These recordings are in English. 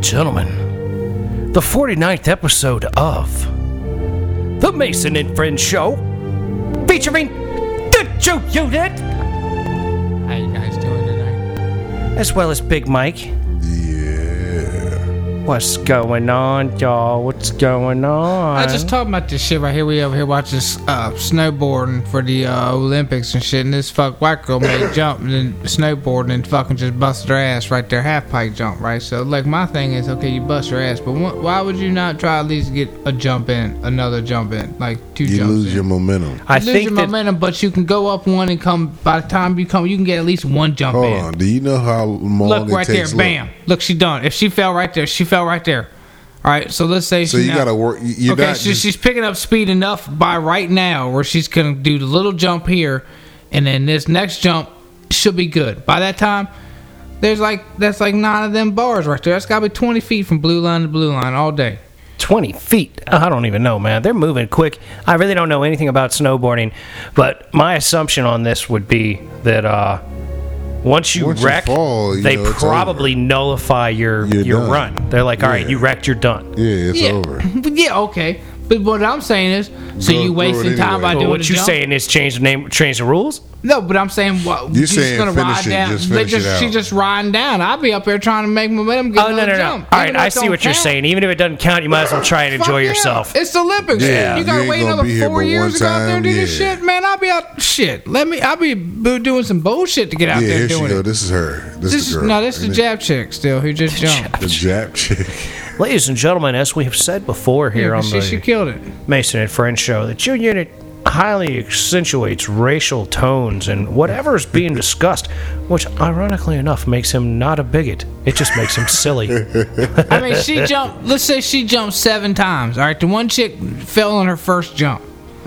gentlemen, the 49th episode of The Mason and Friends Show, featuring the Joe Unit, How you guys doing tonight? as well as Big Mike. Yeah. What's going on, y'all? What's going on? I was just talking about this shit right here. We over here watching uh, snowboarding for the uh, Olympics and shit, and this fuck white girl made jump and then snowboarding and fucking just busted her ass right there, half pipe jump, right? So like my thing is, okay, you bust your ass, but wh- why would you not try at least get a jump in, another jump in, like two You jumps lose in? your momentum. I You lose your think that momentum, but you can go up one and come. By the time you come, you can get at least one jump Hold in. on. Do you know how long Look it right there, takes? Look. bam! Look, she done. If she fell right there, she fell right there. All right, so let's say So she you now- got to work. you- You're okay, not so just- she's picking up speed enough by right now where she's gonna do the little jump here, and then this next jump should be good. By that time, there's like that's like nine of them bars right there. That's gotta be twenty feet from blue line to blue line all day. 20 feet. I don't even know, man. They're moving quick. I really don't know anything about snowboarding, but my assumption on this would be that uh, once you Once you wreck, fall, you they know it's probably nullify your You're your done. run. They're like, all right, Yeah. you wrecked, you're done. yeah, it's yeah, over. yeah, okay. But what I'm saying is, so Go you through it wasting time by anyway. doing But the what you jump? saying is change the name, change the rules. No, but I'm saying what You're saying finish it, down. just they finish it just, She out. just riding down. I'll be up there trying to make momentum. Get Oh no another no no! jump. All right, Even though I it see don't what you're count. saying. Even if it doesn't count, you might as well try and Fuck enjoy yeah. yourself. It's the Olympics. Yeah, you you gotta ain't wait gonna another be here four but years one to go out there and do time, this yeah. shit, man. I'll be out. Shit, let me. I'll be bo- doing some bullshit to get Yeah, out there here she doing go. it. This is her. This, This is is the girl. no, this is the And jab chick still who just jumped. The Jap chick. Ladies and gentlemen, as we have said before here Yeah, on she, the she killed it. Mason and Friends show that your unit highly accentuates racial tones and whatever is being discussed, which ironically enough makes him not a bigot. It just makes him silly. I mean, she jumped. Let's say she jumped seven times. All right, the one chick fell on her first jump.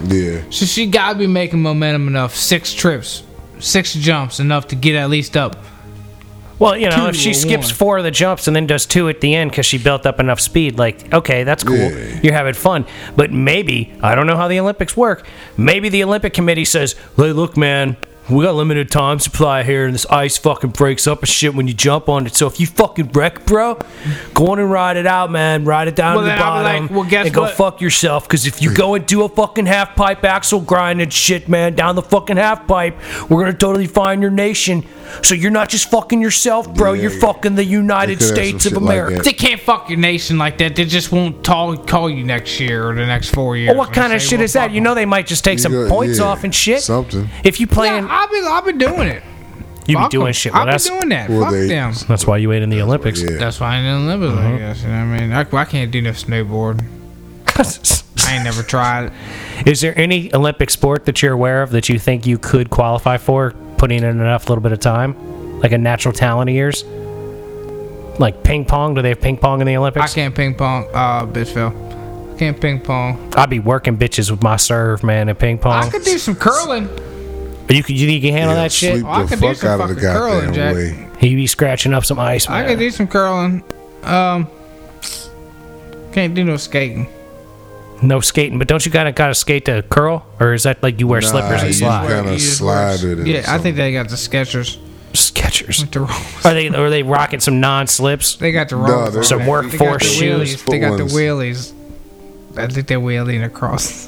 Yeah. So she gotta be making momentum enough. Six trips, six jumps, enough to get at least up. Well, you know, if Two she or skips one. four of the jumps and then does two at the end because she built up enough speed, like, okay, that's cool. Yeah. You're having fun. But maybe, I don't know how the Olympics work, maybe the Olympic Committee says, hey, look, man. We got limited time supply here, and this ice fucking breaks up and shit when you jump on it. So if you fucking wreck, bro, go on and ride it out, man. Ride it down Well, to the then I'll be bottom like, well, guess and go what? fuck yourself. Because if Hmm. you go and do a fucking half pipe axle grind and shit, man, down the fucking half pipe, we're gonna totally find your nation. So you're not just fucking yourself, bro. Yeah, you're yeah. fucking the United They could have States some of shit like America. that. They can't fuck your nation like that. They just won't tall, call you next year or the next four years. Well, what kind of shit is that? You know they might just take You some got- points yeah, off and shit. something. If you playing, Yeah, I've been, I've been doing it. you be Fuck 'em. doing shit. Well, I've been that's doing that. Well, Fuck they- them. that's why you ain't in the Olympics. Yeah. That's why I didn't live with Uh-huh. I guess. You know what I mean? I, I can't do no snowboard. I ain't never tried it. Is there any Olympic sport that you're aware of that you think you could qualify for, putting in enough little bit of time, like a natural talent of yours? Like ping pong? Do they have ping pong in the I Olympics? can't ping pong. Uh, bitch fell. I can't ping pong. I'd be working bitches with my serve, man, at ping I pong. could do some curling. you can you think you can handle Yeah, that shit? Sweep Oh, I the could do fuck some out of the fucking curling, goddamn Jack. way. He be scratching up some ice, man. I could do some curling. Um, can't do no skating. no skating, but don't you gotta gotta skate to curl, or is that like you wear slippers Nah, and you slide? Kinda You just slide wear- it in Yeah, I something. think they got the Skechers. Sketchers. The wrong- Are they are they rocking some non-slips? They got the No, wrong. they're- Some they workforce got the shoes. wheelies. They got the Foot ones. wheelies. I think they're wheeling across.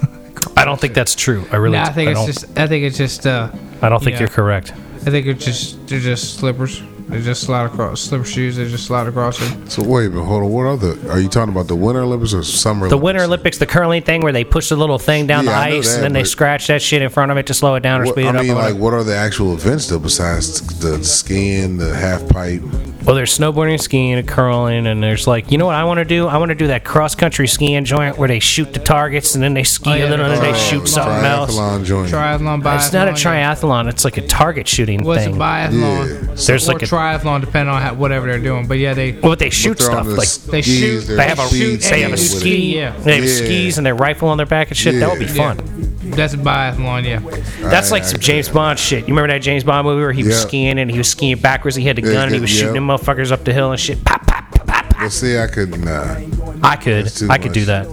I don't think that's true. I really no, I think I it's don't, just. I think it's just. Uh, I don't think yeah. you're correct. I think it's just. They're just slippers. They just slide across. Slipper shoes. They just slide across. Them. So wait, but hold on. What are the? Are you talking about the Winter Olympics or Summer? The Winter Olympics, the curling thing where they push the little thing down Yeah, the I know ice that, and then they but- scratch that shit in front of it to slow it down or What, speed it I up. mean, or like, whatever. what are the actual events though besides the skiing, the half pipe? well, there's snowboarding, skiing, and curling, and there's like, you know what I want to do? I want to do that cross country skiing joint where they shoot the targets and then they ski Oh, yeah, and then, the they triathlon. shoot something else. uh, triathlon joint. Triathlon. Biathlon. It's not a triathlon. It's like a target shooting What's a thing. biathlon? Yeah. There's or like a- triathlon, depending on how, whatever they're doing. But yeah, they. Well, they shoot They're stuff. on the Like They skis, shoot- they're they have a speed they have a and skating with ski. it. ski. Yeah. They have Yeah. skis and their rifle on their back and shit. That would be Yeah. fun. That's a biathlon. Yeah. That's I- like some I- James Bond shit. You remember that James Bond movie where he was Yeah. skiing and he was skiing backwards? He had the gun and he yeah, was yeah. shooting them motherfuckers up the hill and shit. Pop, pop, pop, pop, pop. Well, see, I uh, could nah. I could, too I could do much. that.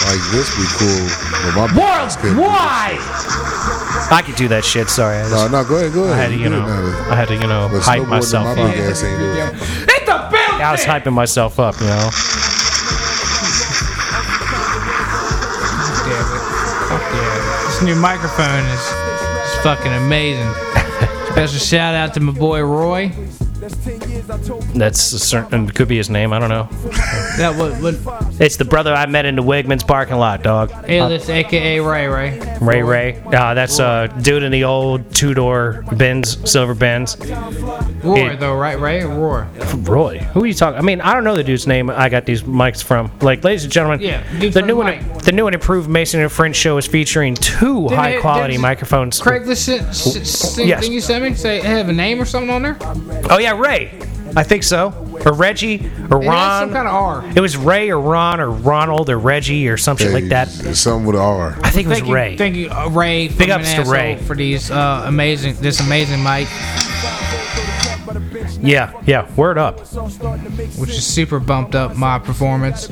Like this be cool, but my World, balls couldn't do why? I could do that shit. Sorry, I, this. just, No, no, go ahead, go ahead. I had to, you Do it know, now. I had to, you know, But hype snowboarding, myself my up. big ass ain't doing it. Hit the building. I was hyping myself up, you know. Damn it. Fuck yeah. This new microphone is, is fucking amazing. Special shout out to my boy Roy. That's a certain could be his name. I don't know. That what, what It's the brother I met in the Wegmans parking lot, dog. Uh, Alias, aka Ray Ray. Ray Ray. Uh, that's a uh, dude in the old two door Benz, silver Benz. Roy It- though, right? Ray Roy. Roy, who are you talking? I mean, I don't know the dude's name. I got these mics from. Like, ladies and gentlemen, Yeah, dude the from new the one, mic. the new and improved Mason and French show is featuring two it- high quality there's- microphones. Craigslist sent, s- s- thing Yes. thing you sent me. Say it have a name or something on there. Oh yeah, Ray. I think so. Or Reggie or It has some Ron. kind of R. It was Ray or Ron or Ronald or Reggie or some shit like that. Something with a R. I think it was Thank you, Ray. thank you, uh, Ray. Big from an ups to asshole Ray. for these uh, amazing, this amazing mic, Yeah, yeah. Word up. which has super bumped up my performance.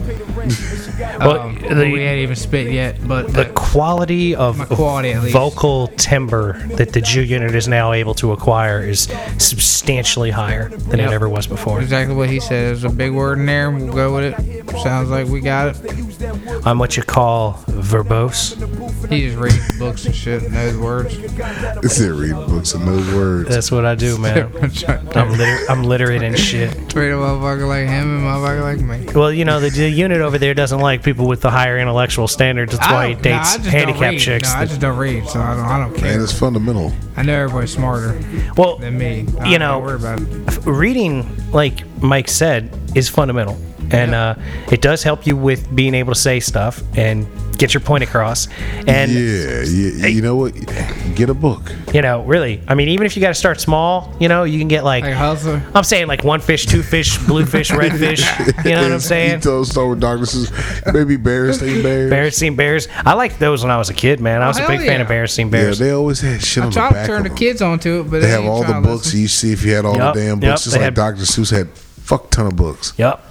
Well, Um, we the, ain't even spit yet, but the uh, quality of My quality, at least. vocal timbre that the Jew unit is now able to acquire is substantially higher than Yep. it ever was before. exactly what he said. There's a big word in there. We'll go with it. Sounds like we got it. I'm what you call verbose. He just reads books and shit, and knows words. It's it reading books and those words. That's what I do, man. I'm liter- I'm literate and shit. Treat a motherfucker like him and a motherfucker like me. Well, you know, the, the unit over there doesn't like people with the higher intellectual standards. That's why I he don't- nah, I dates just don't handicapped read. chicks. No, I just don't read, so I don't, I don't And care. it's fundamental. I know everybody's smarter well, than me. I You don't know, worry about it. reading, like Mike said, is fundamental. And Yeah. uh, it does help you with being able to say stuff and get your point across. And, yeah, yeah. You know what? Get a book. you know, really, I mean, even if you got to start small, you know, you can get like. Like hustler. I'm saying like one fish, two fish, blue fish, red fish. You know what I'm saying? You told Star Wars Darknesses, maybe Bears, they Bears. Embarrassing bears. I liked those when I was a kid, man. I was a hell big fan yeah. of embarrassing Yeah, bears. they always had shit on the Try to back. turn of the them. kids onto it, but They have all the books. You see if you had all Yup, the yup, damn books. Just they had- like Dr. Seuss had fuck ton of books. yep.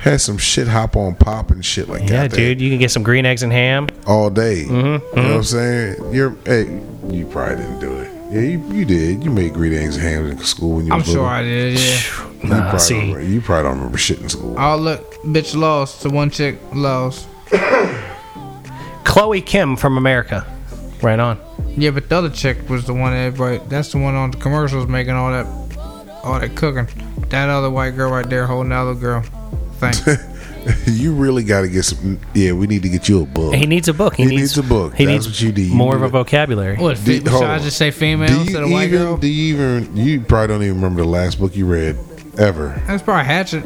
Had some shit hop on pop and shit like Yeah, that. dude, you can get some green eggs and ham. All day. Mm-hmm, You know what I'm saying? You're hey, you probably didn't do it. Yeah, you, you did. You made green eggs and ham in school when you I'm was sure little. I did. Yeah. You, Nah, probably see. don't remember, you probably don't remember shit in school. Oh look, bitch lost. So one chick lost. Chloe Kim from America. Right on. Yeah, but the other chick was the one that everybody. That's the one on the commercials making all that, all that cooking. That other white girl right there holding the other girl. Thanks. you really got to get some. Yeah, we need to get you a book. He needs a book. He, He needs a book. He needs That's what you need. You more of need a it. vocabulary. what? Do- fe- should hold I on. just say do female you instead of white even? girl? Do you even? You probably don't even remember the last book you read ever. That's probably hatchet.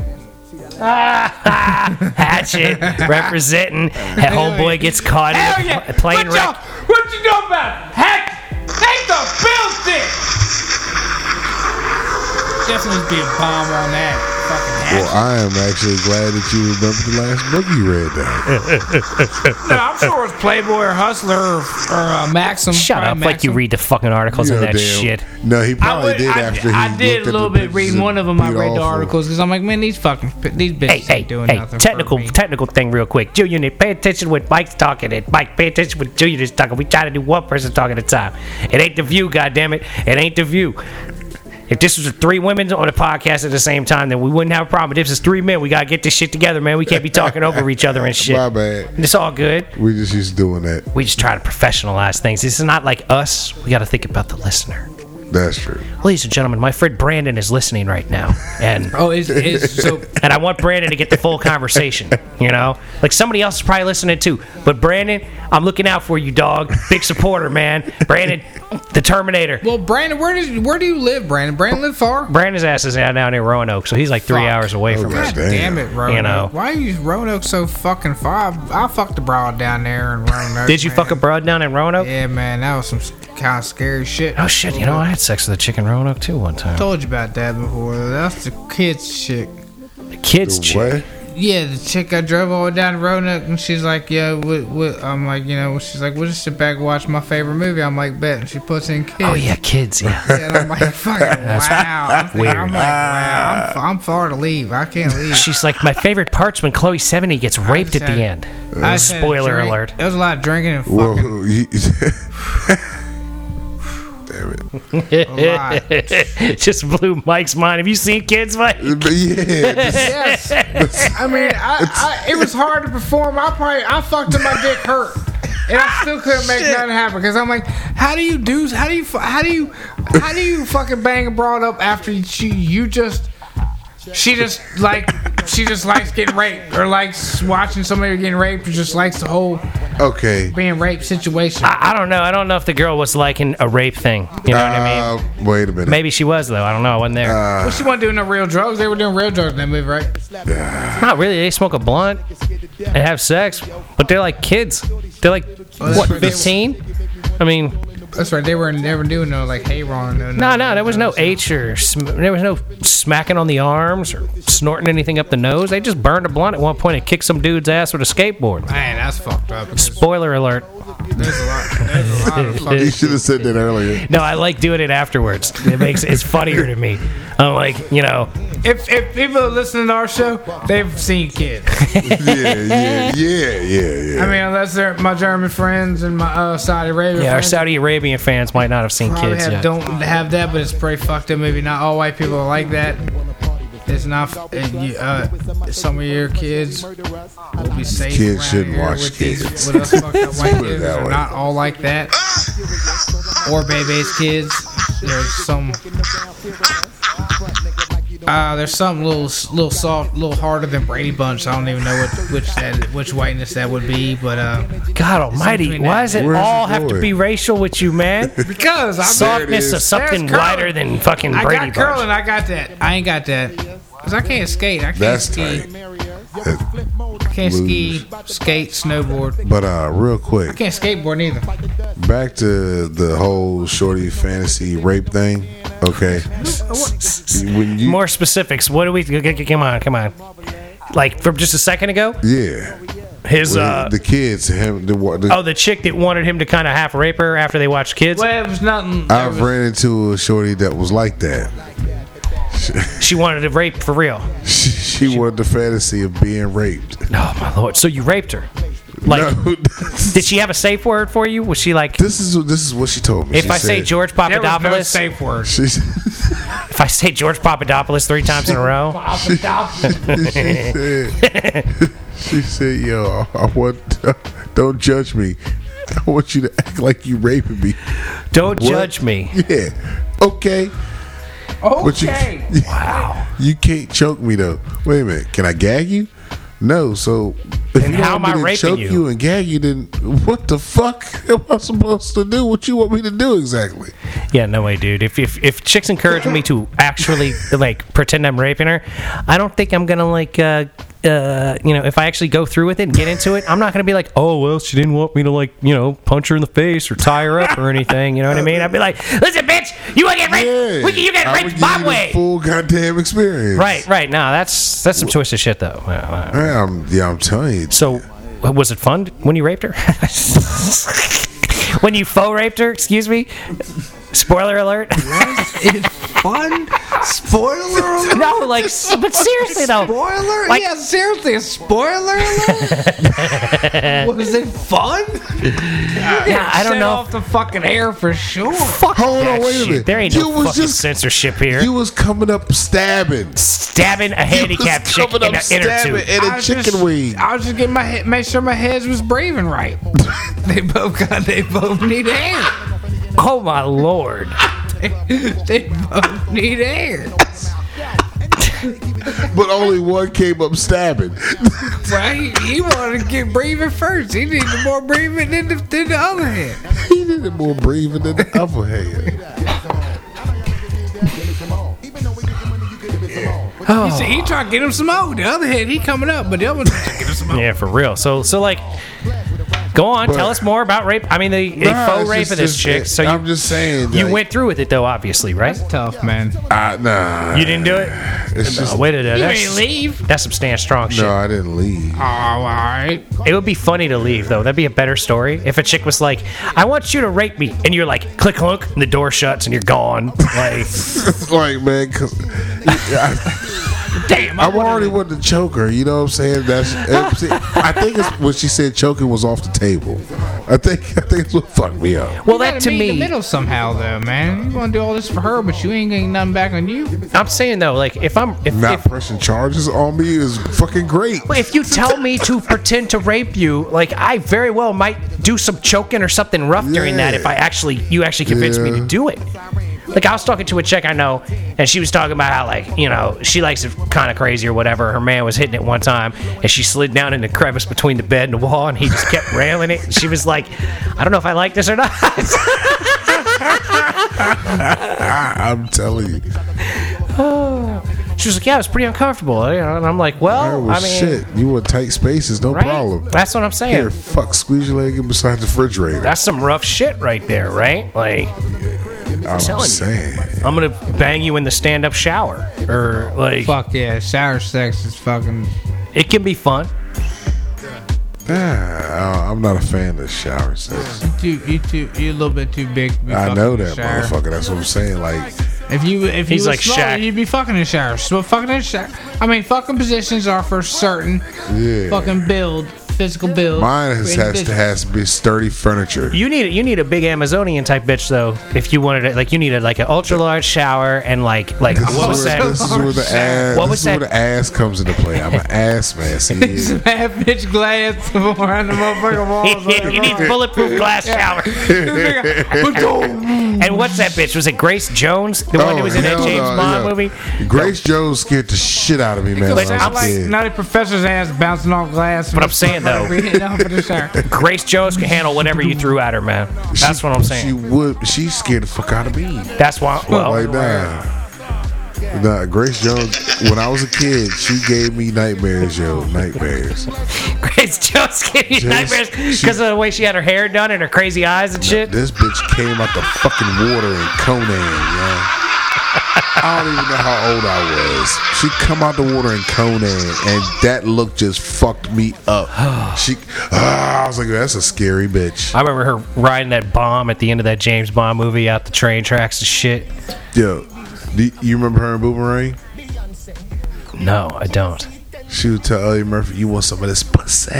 Hatchet representing. That homeboy gets caught in a pl- plane wreck. What you know about? Heck, take the building. Definitely be a bomb on that. Fucking hatchet. Well, I am actually glad that you remember the last book you read. That no, I'm sure it was Playboy or Hustler or, or uh, Maxim. Shut probably up! Like you Maxim. read the fucking articles and that shit. No, he I, probably would- did I- after I he did looked a at little the bit pictures reading and one of them. I beat read the off of- articles because I'm like, man, these fucking these bitches Hey, hey, ain't doing hey! nothing. Technical, for me. technical thing, real quick. Jew unit, pay attention when Mike's talking. It, Mike, pay attention when Jew unit's talking. We try to do one person talking at a time. It ain't the view, goddamn it! It ain't the view. If this was three women on a podcast at the same time, then we wouldn't have a problem. But this is three men. We gotta get this shit together, man. We can't be talking over each other and shit. My bad. It's all good. We just used to doing that. We just try to professionalize things. This is not like us. We got to think about the listener. That's true. Ladies and gentlemen, my friend Brandon is listening right now, and Oh, it's, it's so. and I want Brandon to get the full conversation. You know, like somebody else is probably listening too. But Brandon, I'm looking out for you, dog. Big supporter, man. Brandon, the Terminator. Well, Brandon, where does where do you live, Brandon? Brandon live far? Brandon's ass is out down in Roanoke, so he's like three Fuck. hours away from us. God damn, Damn. it, Roanoke! You know. Why you Roanoke so fucking far? I, I fucked a broad down there in Roanoke. Did you man. fuck a broad down in Roanoke? Yeah, man, that was some kind of scary shit. Oh shit! You know I had sex with a chick in Roanoke too one time. told you about that before. That's the kids chick. Kids chick. What? Yeah, the chick I drove all the way down to Roanoke, and she's like, "Yeah, what, what?" I'm like, you know, she's like, "We'll just sit back and watch my favorite movie." I'm like, "Bet." And she puts in kids. Oh yeah, kids. Yeah. And I'm like, "Fucking wow!" I'm, thinking, weird. I'm like, "Wow, I'm, I'm far to leave. I can't leave." She's like my favorite parts when Chloe Seventy gets raped at the end. I just had a Spoiler drink. alert. There was a lot of drinking and fucking. Well, you- damn it. lot. Just blew Mike's mind. Have you seen kids fight? But yeah, just- Yes. I mean, I, I, it was hard to perform. I probably I fucked till my dick hurt, and I still couldn't make nothing happen because I'm like, how do you do? How do you? fu- How do you? How do you fucking bang a broad up after she? You just. She just like she just likes getting raped or likes watching somebody getting raped or just likes the whole okay. being raped situation. I, I don't know. I don't know if the girl was liking a rape thing. You know what I mean? Uh, wait a minute. Maybe she was though. I don't know. I wasn't there. Well, she wasn't doing no real drugs. They were doing real drugs in that movie, right? Not really. They smoke a blunt and have sex, but they're like kids. They're like that's what, where they- fifteen? I mean, That's right. They were they were doing no like hey wrong. No, no, no. There was no H or sm- there was no smacking on the arms or snorting anything up the nose. They just burned a blunt at one point and kicked some dude's ass with a skateboard. Man, that's fucked up. Spoiler alert. There's a lot. There's a lot of fucking. you should have said that earlier. No, I like doing it afterwards. It makes it's funnier to me. I'm like, you know, If, if people are listening to our show, they've seen kids. Yeah, yeah, yeah, yeah, yeah. I mean, unless they're my German friends and my uh, Saudi Arabia yeah, our friends. Saudi Arabian fans might not have seen probably kids have, yet. don't have that, but it's pretty fucked up. Maybe not all white people are like that. It's not. Uh, you, uh, some of your kids will be safe. Kids around shouldn't here watch with kids. These, with us fucked up white Put it kids. that They're way. not all like that. or baby's kids. There's some. Uh, there's some little, little soft, little harder than Brady Bunch. I don't even know what, which that, which whiteness that would be, but uh, God Almighty, between why that. does it Where's all it have to going? be racial with you, man? because I'm Softness is. of something There's curling. lighter than fucking I Brady got curling. Bunch. I got that. I ain't got that. Cause I can't skate. I can't That's ski. tight. I can't Lose. ski, skate, snowboard. But uh, real I quick, can't skateboard either. back to the whole shorty fantasy rape thing. Okay, Oh, when you More specifics. What do we? g- g- g- Come on, come on. Like from just a second ago, yeah, his uh, the kids him the, wa- the oh, the chick that wanted him to kind of half rape her after they watched kids. Well, it was nothing. there I've was- ran into a shorty that was like that. She wanted to rape for real. She, she wanted the fantasy of being raped. Oh my lord! So you raped her? Like, No, did she have a safe word for you? Was she like, this is this is what she told me. if She I say said- George there was no Papadopoulos, safe word. she, she if I say George Papadopoulos three times in a row, said, she said, "Yo, I want don't judge me. I want you to act like you raping me." don't What? judge me. Yeah. Okay. But you, Okay. Wow. you can't choke me though. Wait a minute. Can I gag you? No. So if you how want am me I to raping choke you? you? and gag you, then what the fuck am I supposed to do? What you want me to do exactly? Yeah, no way, dude. If if, if chicks encouraging me to actually like pretend I'm raping her, I don't think I'm gonna like. Uh, uh, you know, if I actually go through with it and get into it, I'm not gonna be like, oh well, she didn't want me to like, you know, punch her in the face or tie her up or anything. You know what I mean? I'd be like, listen, bitch, you wanna get raped? Yeah. We can- you I get would raped give my you the way. Full goddamn experience. Right, right. Now that's that's some twisted shit though. Wow, wow. Yeah, I'm, yeah, I'm telling you. So, was it fun when you raped her? when you faux raped her? Excuse me. Spoiler alert. It's fun. Spoiler alert. no, like, s- but seriously though. Spoiler? Like- yeah, seriously, a spoiler alert? Was it fun? Yeah, I don't Set know. off the fucking air for sure. Fuck Hold that on, wait a shit. minute. There ain't You no was fucking just- censorship here. You was coming up stabbing. stabbing a handicapped was chick in coming an up inner stabbing tube. at I a was chicken just- wing. I was just getting my head, make sure my heads was breathing right. they both got. They both need air. Oh my lord! They both need air. But only one came up stabbing. Well, he, he wanted to get breathing first. He needed more breathing than the, than the other hand. he did more breathing than the other hand. He said he tried to get him some more. The other hand, he coming up, but the other one tried to get him some more. Yeah, for real. So, so like, go on. tell us more about rape. I mean, they, they Nah, faux it's rape just- of this just- chick. So I'm you just saying. you like, went through with it though, obviously, right? Tough man. I, nah. You didn't do it. It's Oh, just wait a minute. You That's, ain't leave. that's some stand strong shit. no. I didn't leave. Oh, all right. It would be funny to leave though. That'd be a better story if a chick was like, "I want you to rape me," and you're like, "Click clunk," and the door shuts and you're gone. Like, like man, 'cause- I, damn. I already wanted to choke her. You know what I'm saying? That's. I'm saying- I think it's when she said choking was off the table. I think I think it's what fucked me up. Well, You that gotta to meet in me, the middle somehow, though, man. You want to do all this for her, but you ain't getting nothing back on you. I'm saying though, like if I'm if Not if, pressing charges on me is fucking great. Well, if you tell me to pretend to rape you, like I very well might do some choking or something rough during that if I actually you actually convince me Yeah. to do it. Like I was talking to a chick I know, and she was talking about how like you know she likes it kind of crazy or whatever. Her man was hitting it one time, and she slid down in the crevice between the bed and the wall, and he just kept railing it. And she was like, "I don't know if I like this or not." I, am telling you, she was like, "Yeah, it was pretty uncomfortable," you know, and I'm like, I "Well, I was mean, shit. You want tight spaces, no right? problem. That's what I'm saying." Here, fuck, squeeze your leg in beside the refrigerator. That's some rough shit right there, right? Like. I'm telling you. saying. I'm gonna bang you in the stand-up shower, or like Fuck yeah, shower sex is fucking. it can be fun. Ah, I'm not a fan of shower sex. Too, you too, you a little bit too big. To be I fucking know in the that shower. motherfucker. That's what I'm saying. Like, If you if He's you like was smaller, Shaq. you'd be fucking in the shower. So fucking in the shower. I mean, fucking positions are for certain. Yeah. Fucking build, physical build. mine has, has to individual. has to be sturdy furniture. You need you need a big Amazonian type bitch though. If you wanted it, like you needed like an ultra large shower and like like This is what was where- that? This is where the ass. What this was is where that? the ass comes into play. I'm an ass man. See, yeah. Half bitch glass behind the motherfucking walls. you need bulletproof glass shower. and what's that bitch? Was it Grace Jones, the one who was in that Oh, hell James no, Bond yeah. movie? Grace Jones scared the shit out of me, man. Like, When I sound was a like kid. Nutty Professor's ass bouncing off glass. But I'm saying, though- Off in the shower. Grace Jones can handle whatever you threw at her, man. That's She- what I'm She saying. Oh, would. She scared the fuck out of me. That's why. Well, like that. Nah, Grace Jones. When I was a kid, she gave me nightmares, yo, nightmares. Grace Jones gave you Just- nightmares because of the way she had her hair done and her crazy eyes and shit. This bitch came out the fucking water in Conan, yo. I don't even know how old I was. She come out the water in Conan, and that look just fucked me up. She, ah, I was like, that's a scary bitch. I remember her riding that bomb at the end of that James Bond movie out the train tracks and shit. Yo, do you remember her in Boomerang? No, I don't. She would tell Ellie Murphy, "You want some of this pussy?"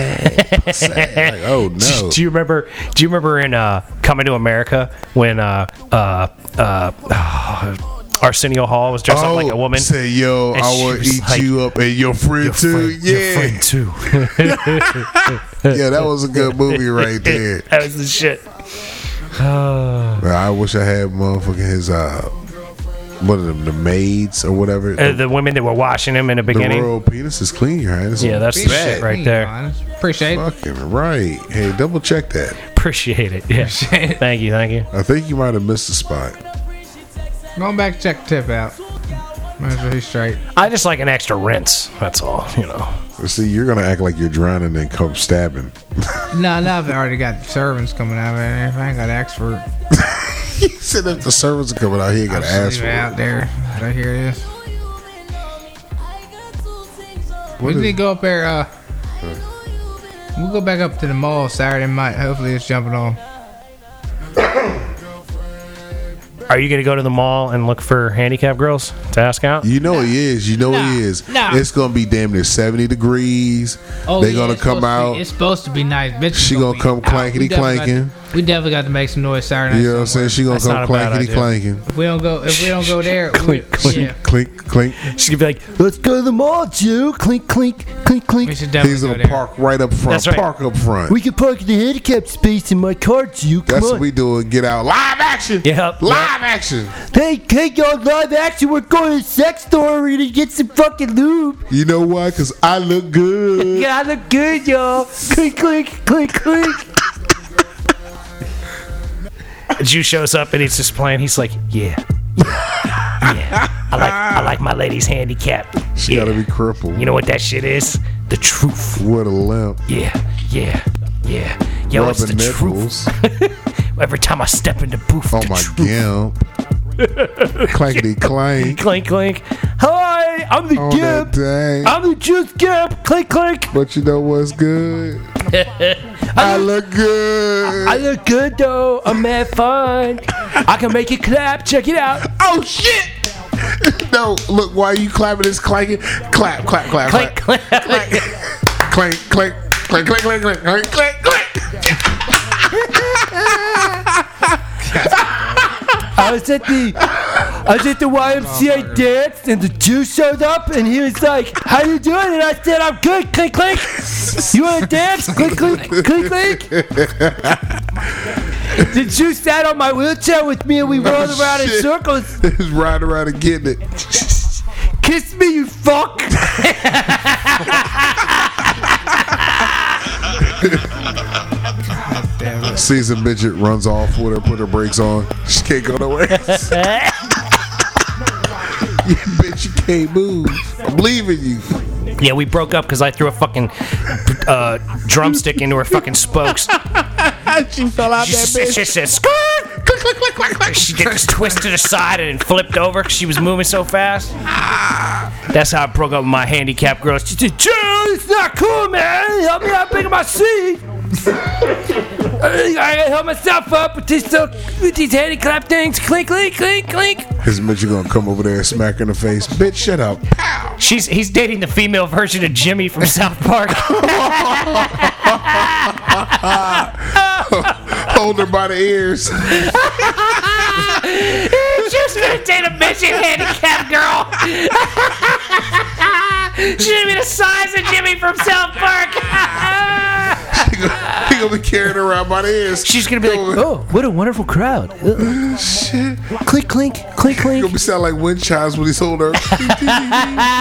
pussy. Like, oh no. Do you remember? Do you remember in uh, Coming to America when uh, uh, uh, Arsenio Hall was dressed up like a woman? Oh, Say, yo, And I she will was eat like, you up and your friend Your too. friend- yeah. your friend too. yeah, that was a good movie right there. that was the shit. Man, I wish I had motherfucking his uh one of them the maids or whatever. Uh, the, the women that were washing him in the the beginning. royal penis is clean, right? It's Yeah, that's the bad. shit right Hey, there. man, Appreciate it. Fucking right. Hey, double check that. Appreciate it. Yeah. Thank you. Thank you. I think you might have missed a spot. Going back, to check tip out. Might as well be straight. I just like an extra rinse. That's all. You know. See, you're gonna act like you're drowning and come stabbing. No, no, I've already got servants coming out of there. If I ain't got expert he said if the servants are coming out here, you gotta ask for out it. there, right here it is. What We is- need to go up there. Uh, we'll go back up to the mall Saturday night. Hopefully, it's jumping on. Are you gonna go to the mall and look for handicap girls to ask out? You know he is. You know Nah, he is. nah. It's gonna be damn near seventy degrees. They're gonna come out. Oh, it's supposed to be nice, bitch. She gonna gonna come be out. We clankety definitely got- clanking. We definitely got to make some noise Saturday night. you know what I'm saying? She gonna That's not come a bad clankety idea. clanking. If we don't go, if we don't go there, we, Clink, clink. yeah, Clink clink. She's gonna be like, "Let's go to the mall, Joe." Clink, clink, clink, we clink. should definitely He's go gonna there. park right up front. That's right. Park up front. can park in the handicap space in my car, Joe. That's what we doing. Get out. Live action. Yep. Live action. Hey, hey, y'all, live action. We're going to sex story to get some fucking lube. You know why? Cause I look good. Yeah, I look good, y'all. Clink, clink, clink, clink. Jew shows up and he's just playing. He's like, "Yeah, yeah, yeah. I like, I like my lady's handicap. She Yeah. gotta be crippled. You know what that shit is? The truth. What a limp. Yeah, yeah, yeah. Yo, it's the Rubbing truth. nipples. Every time I step in the booth, Oh the my truth. gimp. Clankety clank. Clink, clink. Hi, I'm the On Oh, that Gimp. thing. I'm the Juice Gimp. Clink, clink. But you know what's good? I look good. I look good though. I'm at fun. I can make it clap. Check it out. Oh shit! no, look, why are you clapping this clanking? Clap, clap, clap, Clink, clap. clink. Clank, clank, clank, clank, clank, clank, clank, clank, clank. I was at the I was at the Oh YMCA dance and the Jew showed up and he was like, How you doing? And I said, I'm good, click click. You wanna dance? Click click click click The Jew sat on my wheelchair with me and we rolled Oh, around in shit. circles. He's riding around and getting it. Kiss me, you fuck! Sees a midget, runs off with her, put her brakes on. She can't go nowhere. yeah, bitch, you can't move. I'm leaving you. Yeah, we broke up because I threw a fucking uh, drumstick into her fucking spokes. she fell out She, s- she said, "Skirt!" Click, click, click, click, click. She did this twist to the side and then flipped over because she was moving so fast. That's how I broke up with my handicapped girl. She said, Joe, it's not cool, man. Help me out, pick up my seat. I gotta help myself up with these, little- with these handicapped things. Click, click, click, click. His midget gonna come over there and smack her in the face. Bitch, shut up. She's he's dating the female version of Jimmy from South Park. Hold her by the ears. She's gonna date a midget handicapped girl. She's gonna be the size of Jimmy from South Park. He gonna, he gonna be carrying her around by the ears. She's gonna be like, oh, what a wonderful crowd. Ugh. shit. Click, clink, click, He clink. gonna be sound like wind chimes when he's holding her.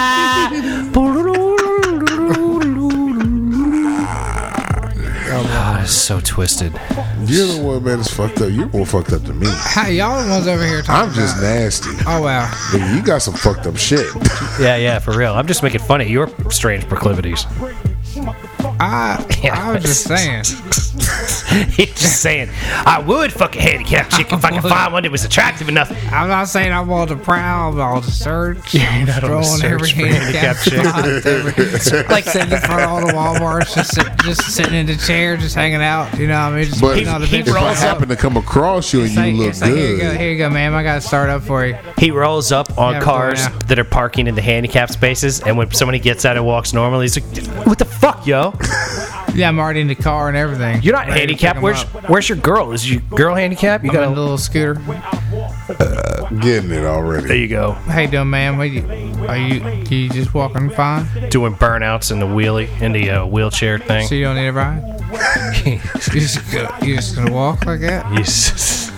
Ah, it's so twisted. You're the one man that's fucked up. You're more fucked up than me. Hey, y'all the ones over here talking. I'm just about it. nasty. Oh wow. Nigga, you got some fucked up shit. Yeah, yeah, for real. I'm just making fun of your strange proclivities. I I was just saying. He's just saying, I would fuck a handicapped chick if I could find one that was attractive enough. I'm not saying I'm all the prowl, I'm all the search. I'm not on the throwing search every for handicapped handicapped chick. spot, dude. like sitting in front of all the Walmarts, just sit, just sitting in the chair, just hanging out. You know, what I mean, just But waiting on the He- he bitch. if I rolls up. happen to come across you and It's you like- look it's like, here you go, good, here you go, ma'am. I got to start up for you. He rolls up on Yeah, cars yeah. that are parking in the handicap spaces, and when somebody gets out and walks normally, he's like, "What the fuck, yo? Yeah, I'm already in the car and everything. You're not Ready to pick handicapped. 'em Where's up. where's your girl? Is your girl handicapped? You I'm in a got a little scooter? getting it there. already. You go Hey, dumb man, what you, are you? You just walking fine? doing burnouts in the wheelie in the uh, wheelchair thing. So you don't need a ride? you just go, you just gonna walk like that? He's-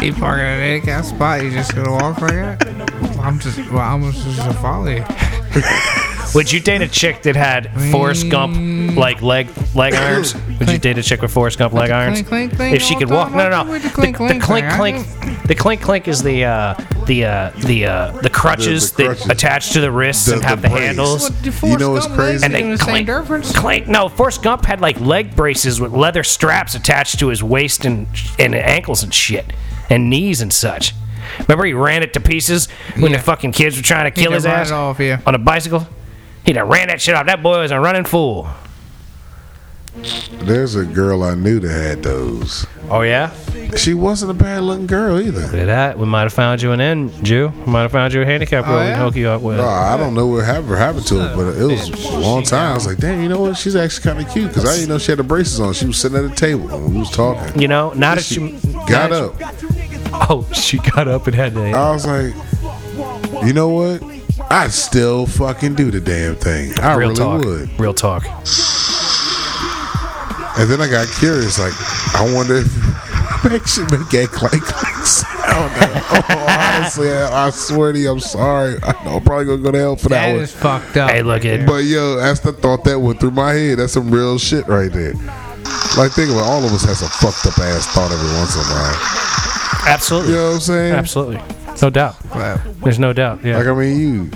You parking in a handicapped spot, you just gonna walk like that? I'm just, well, I'm just gonna follow you. Would you date a chick that had Forrest Gump like leg leg irons? Would you date a chick with Forrest Gump leg irons? clink, clink, clink If she all could the walk, time. no, no, Why no. would The you clink, clink, clink, clink? I clink, the clink, clink is the uh, the uh, the uh, the crutches The- the that crutches. attach to the wrists The- and the have the brace. handles. What, do You know what's Forrest Gump legs crazy? and do they the same clink, difference? clink. No, Forrest Gump had like leg braces with leather straps attached to his waist and and ankles and shit, and knees and such. Remember, he ran it to pieces when Yeah. the fucking kids were trying to kill done his ran ass it off, yeah. on a bicycle. He done ran that shit off. That boy was a running fool. There's a girl I knew that had those. Oh yeah, She wasn't a bad looking girl either. look at that. We might have found you an end, Jew. We might have found you a handicap girl. Oh, We yeah? can hook you up with. Oh, I don't know what happened, happened to her, but it was a long time. I was like, damn, you know what? She's actually kind of cute because I didn't know she had the braces on. She was sitting at a table and we was talking. You know, now that you She got up. Oh, she got up and had to. I was like, you know what? I'd still fucking do the damn thing. I real really talk. would. Real talk. And then I got curious, like, I wonder if makes you make that clank clank sound. oh, honestly, I, I swear to you, I'm sorry. I know I'm probably gonna go to hell for that, That one. is fucked up. Hey, look at. But yo, that's the thought that went through my head. That's some real shit right there. Like, think about it, all of us has a fucked up ass thought every once in a while. Absolutely. You know what I'm saying? Absolutely. No doubt. There's no doubt. Yeah. Like, I mean, you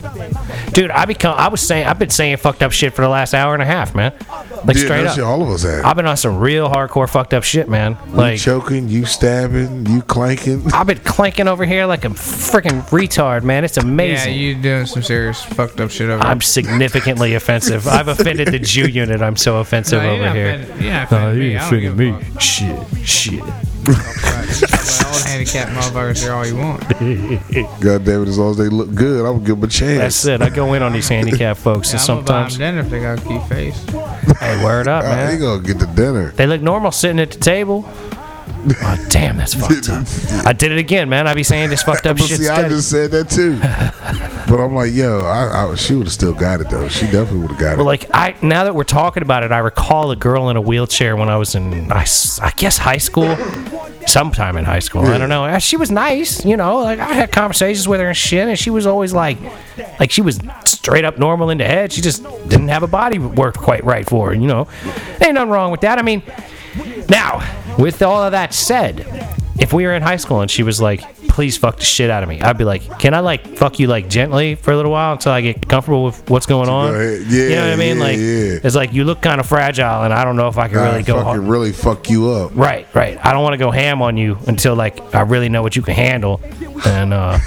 Dude, I become I was saying I've been saying fucked up shit for the last hour and a half, man. Like did straight that up. shit. All of us had. I've been on some real hardcore fucked up shit, man. you Like choking, you stabbing, you clanking. I've been clanking over here like a freaking retard, man. It's yeah, amazing. you doing some serious fucked up shit over I'm significantly offensive. I've offended the Jew unit. I'm so offensive there. No, you're over not here. Oh, offended- you're not offended me. I don't give a fuck. Shit, shit. All the handicapped motherfuckers are all you want. God damn it, as long as they look good, I'm gonna give them a chance. That's it. I go in on these handicapped folks, and Yeah, I'm gonna buy 'em sometimes dinner if they got a cute face. hey, word up, I man. ain't gonna get the dinner. They look normal sitting at the table. Oh, damn, that's fucked up. I did it again, man. I be saying this fucked up But shit. see, I steady. just said that too. But I'm like, yo, I, I, she would have still got it though. She definitely would have got Well, it. like I now that we're talking about it, I recall a girl in a wheelchair when I was in, I, s- I guess, high school. Sometime in high school, I don't know. Uh, She was nice, you know. Like I had conversations with her and shit, and she was always like, like she was straight up normal in the head. She just didn't have a body worked quite right for her, you know. Ain't nothing wrong with that. I mean, now with all of that said, if we were in high school and she was like, "Please fuck the shit out of me," I'd be like, "Can I like fuck you like gently for a little while until I get comfortable with what's going on?" ahead. you know what I Yeah, mean? yeah, like, yeah. it's like you look kind of fragile, and I don't know if I can really I go fucking hard. really fuck you up. right, right. I don't want to go ham on you until like I really know what you can handle, and uh,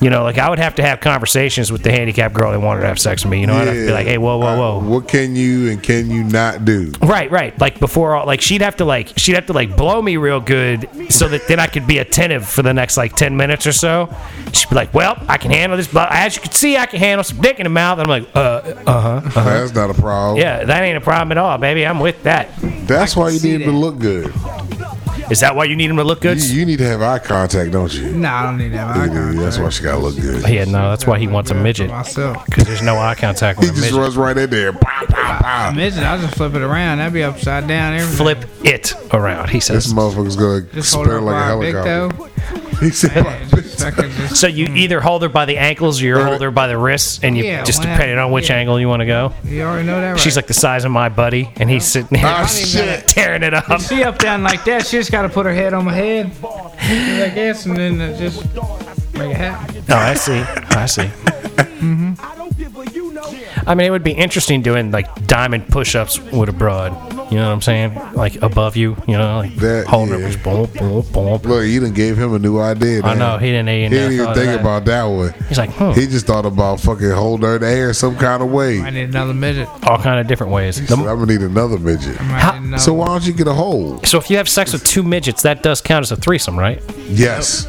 you know, like I would have to have conversations with the handicapped girl that wanted to have sex with me. You know, I'd have to be Yeah. like, "Hey, whoa, whoa, whoa." What can you and can you not do? Right, right. Like before, all, like she'd have to like she'd have to like blow me real good so that then I could be attentive for the next like ten minutes or so. She'd be like, "Well, I can handle this." But as you can see, I can handle some dick in the mouth. And I'm like, "Uh, uh huh." That's not a problem. Yeah, that ain't a problem at all, baby. I'm with that. That's why you see need him to that. look good. Is that why you need him to look You, good? you need to have eye contact, don't you? Nah, I don't need that. You I do. That's why she gotta look good. Yeah, no, that's why he wants a midget Myself. because there's no eye contact He with a just midget. runs right in there. Pow, pow, pow. Midget, I'll just flip it around. That'd be upside down. Everything. Flip it around, he This says. motherfucker's gonna Just hold it spin up like a by a big helicopter. toe. He said, Yeah, just fucking just- So Hmm. you either hold her by the ankles or you hold her by the wrists, and you Yeah, just why not? depending on which Yeah. angle you want to go. You already know that, right? She's like the size of my buddy, and he's sitting here "Ah, shit. tearing it up. She up down like that. She just gotta put her head on my head, I guess, and then uh, just make it happen. Oh, I see. I see. Mm-hmm. I mean, it would be interesting doing like diamond push-ups with a broad. You know what I'm saying? Like above you. You know, like That- holding yeah. her. just Boom, boom, boom. Look, you done gave him a new idea. I man. know he didn't even, He didn't even thought think of that. about that one. He's like, hmm, He just thought about fucking holding her in the air some kind of way. I need another midget. all kind of different ways. Said, I'm The- gonna need another midget. How- I need another So why don't you get a hold? so if you have sex with two midgets, that does count as a threesome, right? Yes. yes.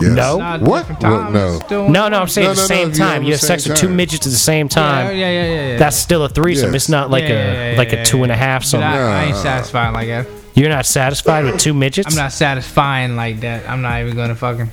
No. Nah, Oh, What? different Well, times, no. still- No, no, I'm saying No, at no, the same no, if you have time. them You have the sex same with two time. midgets at the same Yeah, time. yeah, yeah, yeah. yeah. That's still a threesome. Yes. It's not like Yeah, yeah, a yeah, like a yeah, two and a yeah. half. But Some I, I ain't satisfied like that. you're not satisfied with two midgets. I'm not satisfying like that. I'm not even gonna fucking.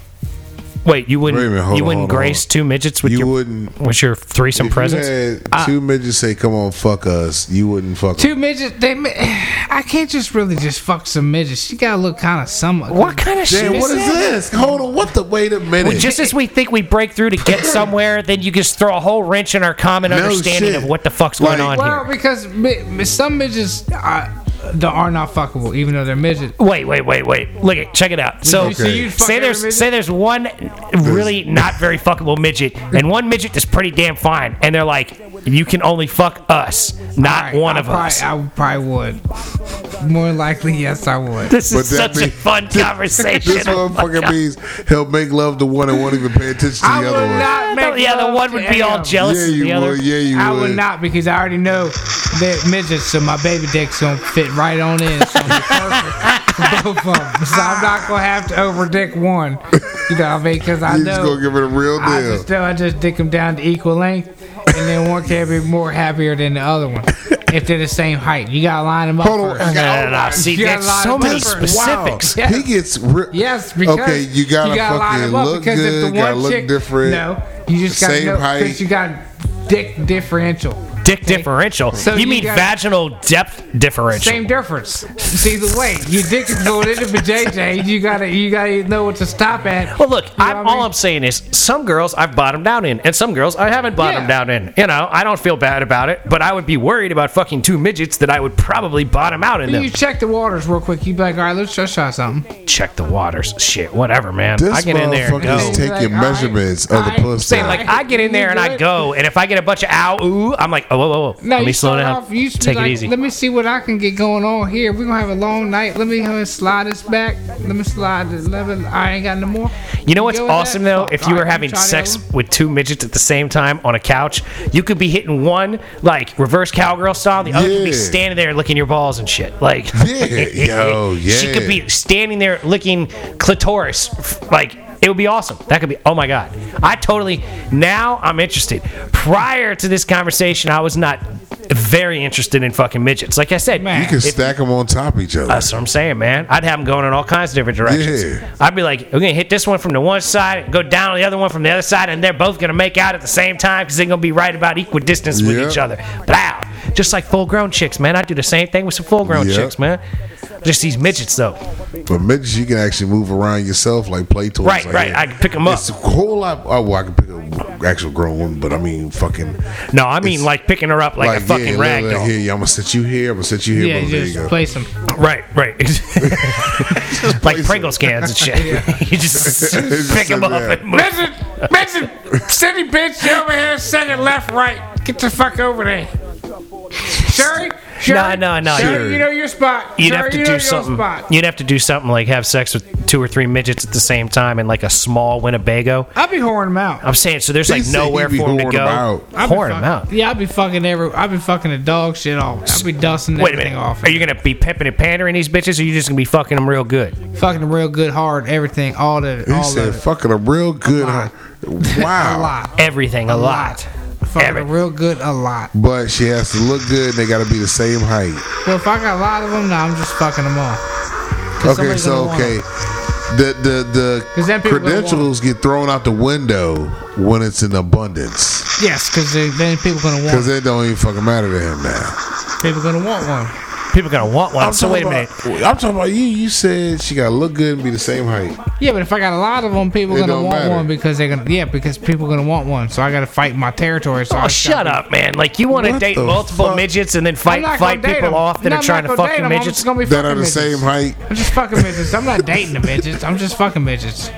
Wait, you Wait a wouldn't minute, hold you on, wouldn't hold on, grace hold two midgets with You your wouldn't. with your threesome If presents? You had two midgets say, "Come on, fuck us," you wouldn't fuck. Two midgets. They. mi- I can't just really just fuck some midgets. She gotta look kind of somewhat. what kind of shit? Damn, is what is that? this? Hold on. What the? Wait a minute. Well, just as we think we break through to get somewhere, then you just throw a whole wrench in our common No understanding shit. of what the fuck's Like- going on Well, here. because mi- mi- some midgets are, that are not fuckable, even though they're midgets. Wait, wait, wait, wait. Look at check it out. So, You- so you'd fuck say every there's midget? say there's one really not very fuckable midget and one midget that's pretty damn fine, and they're like, you can only fuck us, not Alright, one I of probably, us. I probably would. More likely, yes, I would. this is But that such a mean- fun conversation. this Oh my motherfucker God. means he'll make love to one and won't even pay attention to I the will other one. not make yeah, the love one to would be any of all them. jealous. Yeah, of the you other. would. Yeah, you I would. would not because I already know that midgets, so my baby dick's gonna fit right on in. It's gonna be perfect for both of them. So I'm not gonna have to overdick one. You know what I mean? Because I He's know. gonna give it a real deal. I just know I just dick them down to equal length, and then one can't be more happier than the other one if they're the same height. You gotta line them up. Hold on. first. No, no, no, no. Oh, See, you got that's a lot so of many difference. Wow. specifics. Yes. He gets real. Yes, because okay, you gotta, line fucking 'em up look because if good. the Gotta one look chick- different. No, you just gotta Same know 'cause height. you got dick differential. Dick Okay? differential. So you, you mean got- vaginal depth differential? Same difference. See the way your dick is going into the JJ. You gotta you gotta know what to stop at. Well, look, know I'm, what I all mean? I'm saying is some girls I've bottomed down in, and some girls I haven't bottomed Yeah. down in. You know, I don't feel bad about it, but I would be worried about fucking two midgets that I would probably bottom out in Then them. you check the waters real quick. You be like, all right, let's just try something. Check the waters, shit, whatever, man. This I get in there and motherfucker's go. taking Like, all right, measurements of all the right. pussy. Saying like I get in there and I go, and if I get a bunch of ow ooh, I'm like, oh whoa, whoa, whoa. No, Let you me slow start down. off- you should be Take like, it easy. Let me see what I can get going on here. We're gonna have a long night. Let me uh, slide this back. Let me slide this eleven. I ain't got no more. You know what's go with awesome that? though? Fuck, If you were alright, having try the sex other with two midgets at the same time on a couch, you could be hitting one like reverse cowgirl style, the other could be Yeah. standing there licking your balls and shit. Like, Yeah, yo, she could yeah. be standing there licking clitoris. f- Like, it would be awesome. That could be. Oh my god, I totally. Now I'm interested. Prior to this conversation, I was not very interested in fucking midgets. Like I said, Man. You can if- stack them on top of each other. that's what I'm saying, man. I'd have them going in all kinds of different directions. Yeah. I'd be like, we're gonna hit this one from the one side, go down the other one from the other side, and they're both gonna make out at the same time because they're gonna be right about equidistance with Yeah. each other. Wow. Just like full grown chicks, man. I do the same thing with some full grown Yeah. chicks, man. Just these midgets, though. But midgets, you can actually move around yourself, like play toys. Right, like right. that. I can pick 'em up. It's a whole lot. Oh, well, I can pick up actual grown woman, but I mean, fucking. No, I mean It's- like picking her up like, a fucking yeah, rag doll. Here, yeah, I'm gonna sit you here. I'm gonna sit you here. Yeah, boom, there you just go. place them. Right, right. like place Pringles cans and shit. you just Just pick them up sit there. and move. Benson, Benson, city bitch, you over here, second left, right. Get the fuck over there. Sherry, Sherry, no, no, Sherry, you're- you know your spot. You'd Sherry, have to you know do your something. Spot. You'd have to do something like have sex with two or three midgets at the same time in like a small Winnebago. I'll be whoring them out. I'm saying so. There's They like say nowhere he be for him to whoring go. 'em out. I'll be Pouring fuck- them out. Yeah, I'll be fucking every. I'll be fucking the dog shit off. I'll be dusting Wait a everything minute. off. Are you gonna be pimping and pandering these bitches, or you just gonna be fucking them real good? fucking them real good, hard, everything, all of it, He all said, of it. "Fucking a real good." lot. Wow. a lot, Everything, a a, lot. lot. Fucking Every- them real good, a lot. But she has to look good, and they got to be the same height. Well, if I got a lot of them, nah, I'm just fucking them all. 'Cause Okay, somebody's gonna so want okay, 'em. the the 'Cause the then people gonna want 'em. credentials get thrown out the window when it's in abundance, Yes, because then people gonna want. because it don't even fucking matter to him now. People gonna want one. People gonna want one. I'm so wait a talking Oh, minute. about- I'm talking about you. You said she got to look good and be the same height. Yeah, but if I got a lot of them, people It gonna don't want matter. one because they're gonna. Yeah, because people gonna want one. So I gotta fight my territory. So I Oh, just gotta shut be- up, man! Like you want to What date the multiple fuck? midgets and then I'm fight not fight gonna date people 'em. off that No, are I'm trying not to gonna fuck date you 'em. I'm midgets. just gonna be That fucking are the midgets. same height. I'm just fucking midgets. I'm not dating the midgets. I'm just fucking midgets.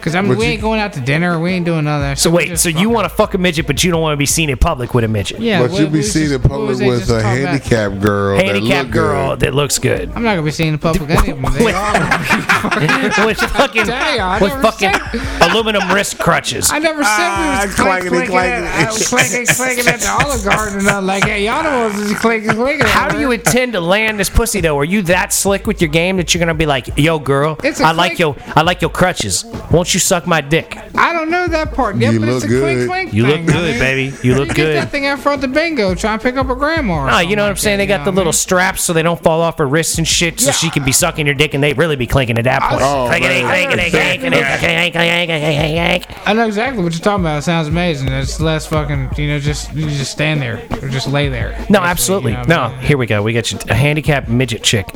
Cause I'm, Would we you- ain't going out to dinner. We ain't doing none of that. So shit. We wait, just so fucking- you want to fuck a midget, but you don't want to be seen in public with a midget? Yeah, But we- you be we seen just- in what public was they with just a talking about? handicapped girl. that Handicapped look girl good. that looks good. I'm not gonna be seen in public with any of them. They all gonna be fucking- with fucking, Dang, I with never fucking said- aluminum wrist crutches. I never said we was Ah, clank, clankety, clanking, at, I was clanking, clanking at the Olive Garden and nothing like that. Y'all the ones that's clanking, clanking. How do you intend to land this pussy though? Are you that slick with your game that you're gonna be like, "Yo, girl, I It's a like click. your I like your crutches. Won't you suck my dick? I don't know that part. Yeah, You but it's look a clink, good. clink You thing, look I good, mean. baby. You look you good." Get that thing out front the bingo, try and pick up a grandma. Or Oh, something you know what I'm like saying? that, They got you the know little what straps so they don't fall off her wrists and shit, so Yeah. she can be sucking your dick and they really be clinking at that point. Oh, Clinkety, man. clinkety, clinkety, clinkety, clinkety, clinkety. I, mean? I know exactly what you're talking about. It sounds amazing. It's less fucking. You know, just you just stand there or just lay there. No, Basically, absolutely. you know what No, I mean? here we go. We got you a handicapped midget chick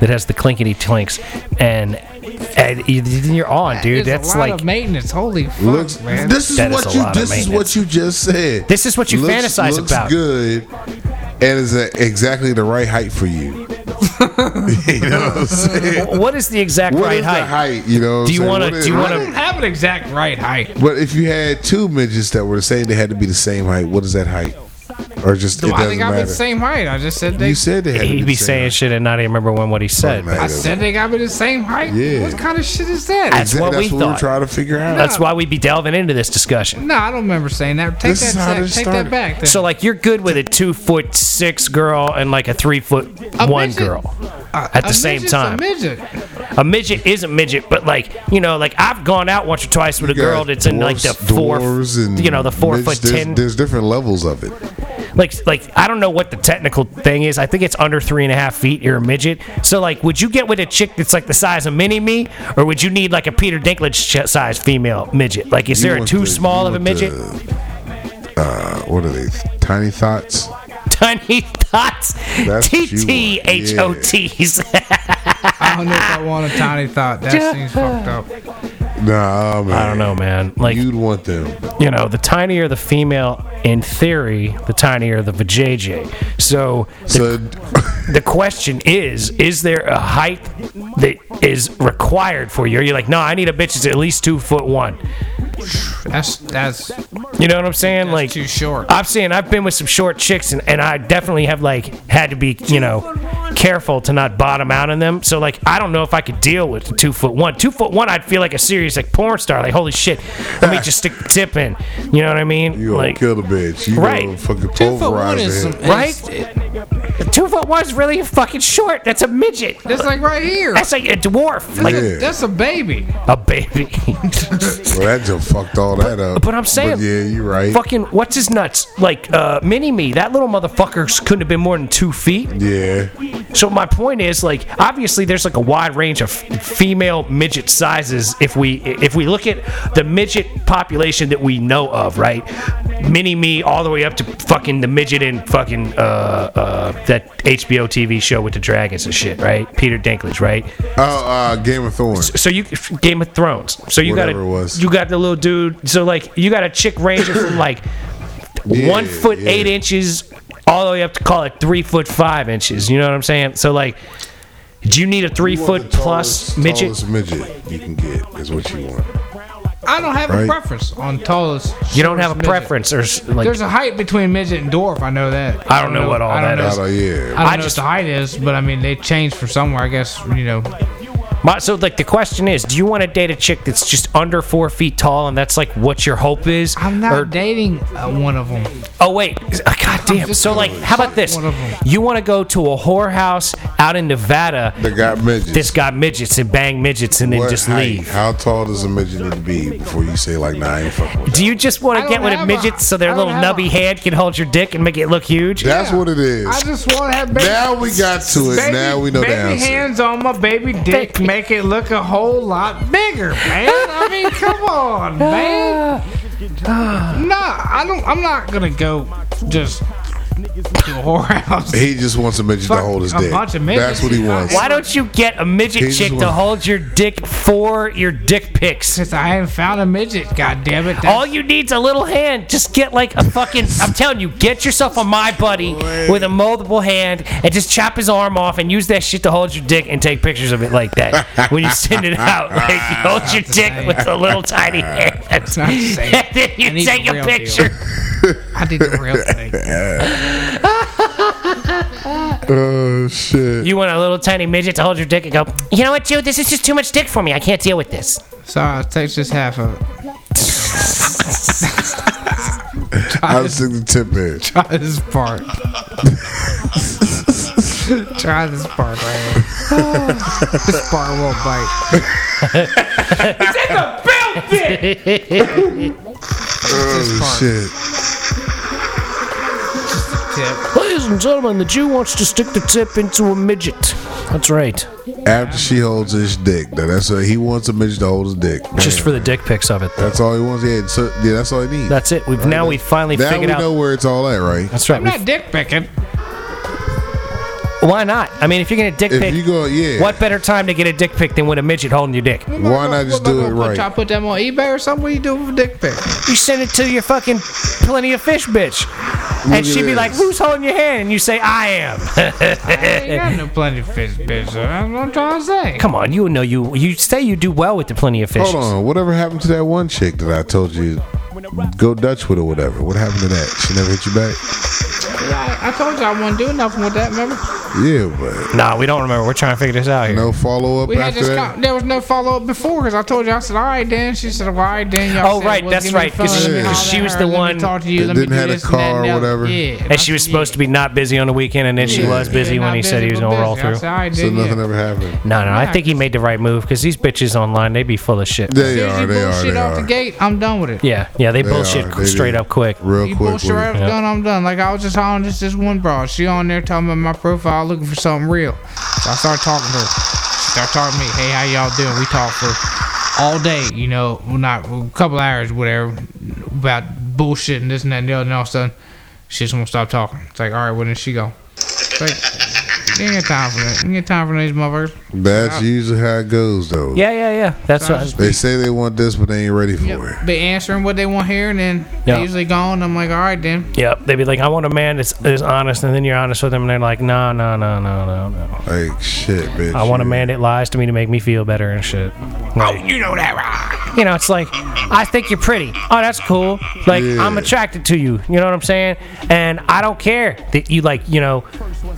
that has the clinkety clinks, and, and you- you're on, dude. There's a That's lot like of maintenance. Holy fuck, Looks. man. This is That is what a you. lot of This is what maintenance. you just said. This is what you Looks- fantasize looks about. Good, and is a, exactly the right height for you. you know what I'm saying? what is the exact What right is height? the height? You know. what Do I'm you saying? wanna- What is- do you what wanna- is- I don't have an exact right height. But if you had two midgets that were the same, they had to be the same height. What is that height? Or just it Do I doesn't think matter. I'm the same height? I just said they. you said they had to be, He'd the be same saying height. shit and not even remember when what he said. man. I said they got me the same height. Yeah. What kind of shit is that? That's Exa- what we that's thought. were trying to figure out. That's why we be delving into this discussion. no, I don't remember saying that. Take This is that. how back- this take started. that back. Then. So like you're good with a two foot six girl and like a three foot A one midget- girl. A- at the a same midget's time. A midget. A midget is a midget, but like you know, like I've gone out once or twice with a You girl got that's in like the dwarfs- four, dwarves and you know, the four midgets. foot there's, ten. There's different levels of it. Like like I don't know what the technical thing is. I think it's under three and a half feet. You're a midget. So like, would you get with a chick that's like the size of mini me, or would you need like a Peter Dinklage ch- size female midget? Like, is You there a want too the- small of you a want midget? the, uh, what are they? Tiny thoughts. Tiny thoughts. That's T what you T want, H O T's. I don't know if I want a tiny thought. That seems fucked up. Nah, man. I don't know, man. Like You'd want them. you know, the tinier the female, in theory, the tinier the vajayjay. So the, So the question is, is there a height that is required for you? Are you like, no, I need a bitch that's at least two foot one? That's that's You know what I'm saying? That's like too short. I'm saying I've been with some short chicks, and, and I definitely have like had to be you know careful to not bottom out on them. So like I don't know if I could deal with the two foot one. Two foot one, I'd feel like a serious like porn star. Like holy shit, let me just stick the tip in. You know what I mean? Ah. You gonna like kill the bitch. You Right. gonna fucking Two foot one pulverize is her. some, head. Right? is- two foot one's really fucking short. That's a midget. That's like right here. That's like a dwarf. Like Yeah. That's a baby. a baby. Well, that just fucked all that up. but I'm saying- yeah, you're right. fucking what's his nuts? Like uh, mini me. That little motherfucker couldn't have been more than two feet. Yeah, So my point is, like, obviously there's like a wide range of f- female midget sizes. If we if we look at the midget population that we know of, right? Mini me all the way up to fucking the midget in fucking uh, uh, that HBO TV show with the dragons and shit, right? Peter Dinklage, right? oh, uh, Game of Thorns. So you Game of Thrones. So you got Whatever it was. you got the little dude. So like you got a chick ranging from like Yeah, one foot yeah. eight inches all the way up to call it three foot five inches. You know what I'm saying? So like, do you need a three You want foot the plus tallest- midget? tallest midget you can get is what you want. I don't have Right. a preference on tallest. You don't have a shortest midget. preference or s- like. There's a height between midget and dwarf. I know that. I don't know what all I don't that know- is. Outta- yeah. I don't I know just- what the height is, but I mean they changed from somewhere. I guess you know. my, so like the question is, do you want to date a chick that's just under four feet tall and that's like what your hope is? I'm not Or- dating uh, one of them. Oh wait, Uh, god damn. just So like, how about this? one of 'em. You want to go to a whorehouse out in Nevada? They got midgets. this guy midgets and bang midgets and then What just height- leave. How tall does a midget need to be before you say like, nah, I ain't fucking with that? Do you just want I to don't get with a have midget a- I so their don't little have nubby a- hand can hold your dick and make it look huge? That's what it is. I just want to have baby. now we got to it. baby, now we know the baby answer. hands on my baby dick make it look a whole lot bigger, man. I mean, come on, man. Nah, I don't. I'm not gonna go just to a whorehouse. He just wants a midget to Fuck, hold his a dick. bunch of midgets. That's what he wants. Why don't you get a midget He's chick one- to hold your dick for your dick pics? Since I haven't found a midget, goddammit. That's All you need's a little hand. Just get like a fucking. I'm telling you, get yourself a my buddy with a moldable hand and just chop his arm off and use that shit to hold your dick and take pictures of it like that when you send it out. Like you hold your dick with a little tiny hand. not the same. And then I you need take the a real picture. I did the real thing. Oh shit! You want a little tiny midget to hold your dick and go, you know what, dude? This is just too much dick for me. I can't deal with this. Sorry, I'll take just half of it. I was the tip in. Try this part. Try this part right here. this part won't bite. Oh shit! Tip. Ladies and gentlemen, the Jew wants to stick the tip into a midget. That's right. After she holds his dick, though, that's what he wants a midget to hold his dick. Just Man, for the dick pics of it, though. that's all he wants. Yeah, so, yeah, that's all he needs. That's it. We've now we finally now we figured out. know where it's all at, right? That's right. I'm we not dick picking. Why not? I mean, if you're gonna dick If pic, you go, yeah. what better time to get a dick pic than with a midget holding your dick? Why not just do it Put, y'all right? put them on eBay or something? What you doing with dick pic? You send it to your fucking plenty of fish bitch, and at she'd be this. like, "Who's holding your hand?" And you say, "I am." ain't got no plenty of fish, bitch. That's what I'm trying to say. Come on, you know you you say you do well with the plenty of fish. Hold on. Whatever happened to that one chick that I told you go Dutch with or whatever? What happened to that? She never hit you back? I, I told you I wouldn't do nothing with that, remember? Yeah, but Nah, we don't remember. We're trying to figure this out here. no follow up We had after this that. con- there was no follow up before because I told you I said all right Dan she said well, all right Dan y'all Oh, said, right, well, that's give me right, the phone, 'cause let me she- holler she at was her, the let me one talk to you that let me didn't do have a this and that car or and the other." whatever. yeah And she was supposed to be not busy on the weekend, and then she Yeah. was busy when he said he was gonna roll through. said, all right, So Dan, nothing yeah. ever happened. No, no, I think he made the right move because these bitches online, they be full of shit. They As soon as are. you They are. bullshit They off are. the gate I'm done with it Yeah, yeah, they, bullshit are, qu- they straight do. up quick. Real You quick. bullshit right with off it. done, I'm done. Like I was just on this this one broad. She on there talking about my profile, looking for something real. So I started talking to her. She started talking to me. Hey, how y'all doing? We talked for all day, you know, well, not well, a couple hours, whatever, about bullshit and this and that and the other. And all of a sudden, she just won't stop talking. It's like, all right, when is she go? It's like, You ain't got time for that. You ain't got time for these motherfuckers. That's usually how it goes, though. Yeah, yeah, yeah. That's what. They say they want this, but they ain't ready for it. Be answering what they want here, and then Yeah. they usually gone. I'm like, all right, then. Yep. They'd be like, I want a man that's, that's honest, and then you're honest with them, and they're like, no, no, no, no, no, no. Like shit, bitch. I want a you- man that lies to me to make me feel better and shit. Like, Oh, You know that, right? you know, it's like, I think you're pretty. Oh, that's cool. Like, I'm attracted to you. You know what I'm saying? And I don't care that you, like, you know,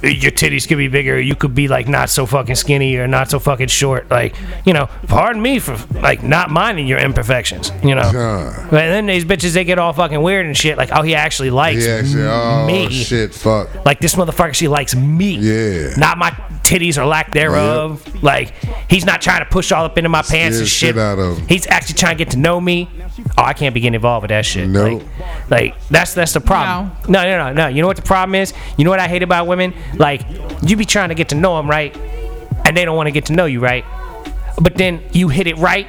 your titties could be bigger. You could be, like, not so fucking skinny or not so fucking short. Like, you know, pardon me for, like, not minding your imperfections, you know? God. And then these bitches, they get all fucking weird and shit. Like, oh, he actually likes Yeah, actually, oh me. shit, fuck. Like this motherfucker, she likes me. Yeah. Not my titties or lack thereof. Like he's not trying to push all up into my pants and the shit shit. out of 'em. He's actually trying to get to know me. Oh, I can't be getting involved with that shit. Nope. Like, like, that's that's the problem. No. no, no, no, You know what the problem is? You know what I hate about women? Like you be trying to get to know them, right? And they don't want to get to know you, right? But then you hit it right.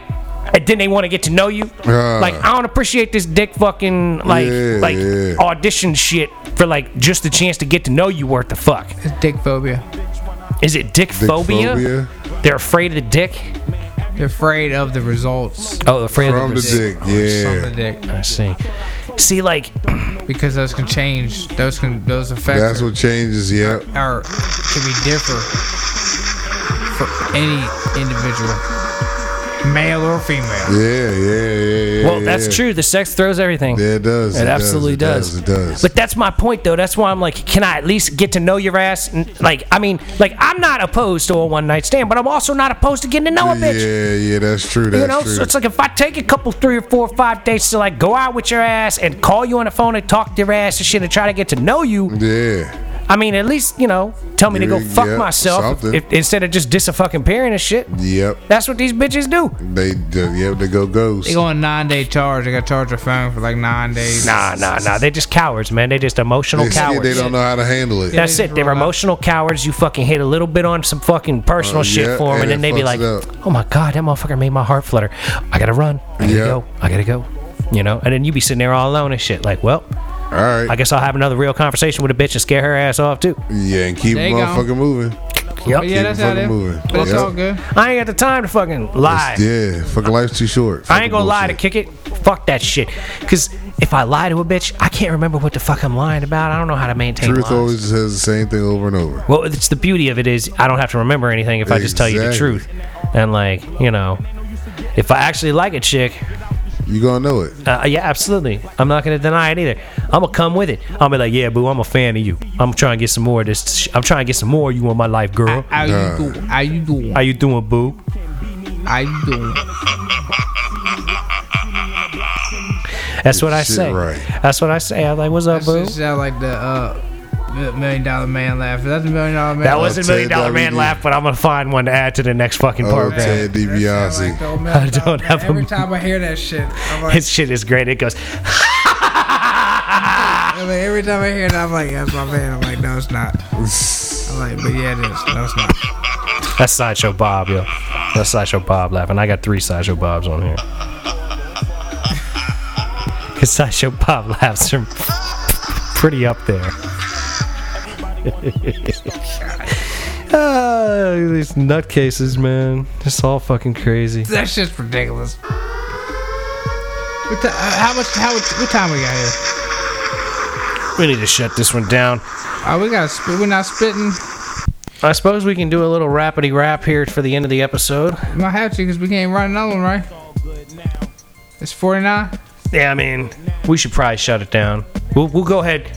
And then they want to get to know you. Ah. like I don't appreciate this dick fucking like Yeah, like yeah. audition shit for like just the chance to get to know you worth the fuck. It's dick phobia. Is it dick phobia? phobia? They're afraid of the dick. They're afraid of the results. Oh, afraid From the of the dick, From yeah. the dick. I see. See, like Because those can change. Those can those effects That's are, what changes, yep. are can be differ for any individual, male or female. Yeah, yeah, yeah, yeah. well, yeah, that's true. The sex throws everything. Yeah, it does. It absolutely It does. But that's my point, though. That's why I'm like, can I at least get to know your ass? And, like, I mean, like, I'm not opposed to a one night stand, but I'm also not opposed to getting to know a it does. bitch. Yeah, yeah, that's true. That's You know, true. so it's like if I take a couple, three or four, five dates to like go out with your ass and call you on the phone and talk to your ass and shit and try to get to know you. yeah, I mean, at least you know, tell me to go Yeah, fuck yeah, myself something. if, instead of just diss a fucking parent and shit. yep. That's what these bitches do. They, do- yep, they go ghost. They go on nine day charge. They got to charge their phone for like nine days. Nah, nah, nah. They're just cowards, man. They're just emotional They, see cowards. they don't know how to handle it. That's they it. just They're roll out. emotional cowards. You fucking hit a little bit on some fucking personal Uh, yeah, shit for them, and, and then it they be like, fucks it "Oh my god, that motherfucker made my heart flutter. I gotta run. I gotta Yeah. go. I gotta go." You know, and then you be sitting there all alone and shit. Like, well, All right. I guess I'll have another real conversation with a bitch and scare her ass off too. yeah, and keep There you go. motherfucking moving. Yep. But yeah, that's how fucking it is. moving. But it's Yep. all good. I ain't got the time to fucking lie. Yeah, fucking life's too I short. ain't Fucking gonna lie to bullshit. kick it. Fuck that shit. Cause if I lie to a bitch, I can't remember what the fuck I'm lying about. I don't know how to maintain Truth lies. always says the same thing over and over. Well, it's the beauty of it is I don't have to remember anything if I just tell you the Exactly. truth. And like, you know, if I actually like a chick, You gonna know it. uh, yeah, absolutely. I'm not gonna deny it either. I'm gonna come with it. I'll be like, yeah, boo, I'm a fan of you. I'm trying to get some more of this. Sh- I'm trying to get some more of you on my life, girl. How you doing? How you doing? How you doing, boo? How you doing? That's what I Shit say. right. That's what I say. I'm like, what's up, That's boo? just sound like the uh, the million dollar man laugh. That's the million dollar man. That laugh. was a Ted million dollar man WD. laugh, but I'm gonna find one to add to the next fucking Oh, program. Ted That sound DiBiase. like the old I man don't laugh. have a- Every time I hear that shit, I'm like, His shit is great. It goes. I'm like, every time I hear it, I'm like, that's my man. I'm like, no, it's not. I'm like, but yeah, it is. No, it's not. That's Sideshow Bob, yo. That's Sideshow Bob laughing. I got three Sideshow Bobs on here. Cause Sideshow Bob laughs are pretty up there. Ah, these nutcases, man. It's all fucking crazy. That shit's ridiculous. What ti- uh, how much? How much? What time we got here? We need to shut this one down. Oh, we got. Sp- we're not spitting. I suppose we can do a little rapidy rap here for the end of the episode. We might have to because we can't run another one, right? It's 49. Yeah, I mean, we should probably shut it down. We'll, we'll go ahead.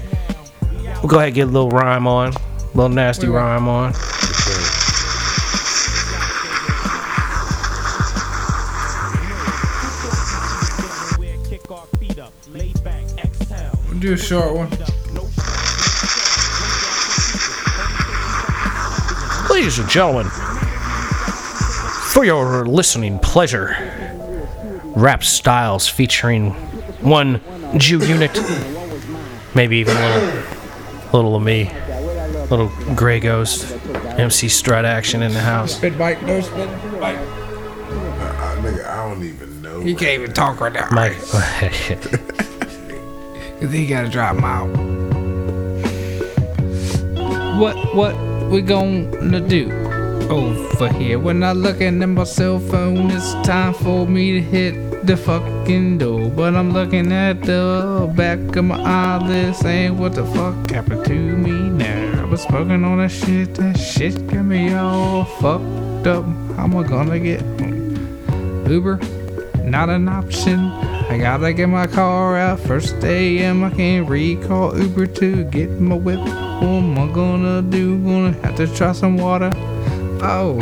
We'll go ahead and get a little rhyme on, a little nasty Wait, wait. rhyme on. We'll do a short one. Ladies and gentlemen, for your listening pleasure, rap styles featuring one Jew unit, maybe even a little, little of me, little Grey Ghost, MC Strut action in the house. Spit bite. No spit bite. I, Ah, nigga, I don't even know. He can't even talk right now. Mike, Cause he gotta drop him out. What? What? we gonna do over here? When I looking at my cell phone, it's time for me to hit the fucking door. But I'm looking at the back of my eyelid, saying, What the fuck happened to me now? I was smoking on that shit, that shit got me all fucked up. How am I gonna get home? Uber? Not an option. I gotta get my car out first AM. I can't recall Uber to get my whip. What am I gonna do? Gonna have to try some water. Oh,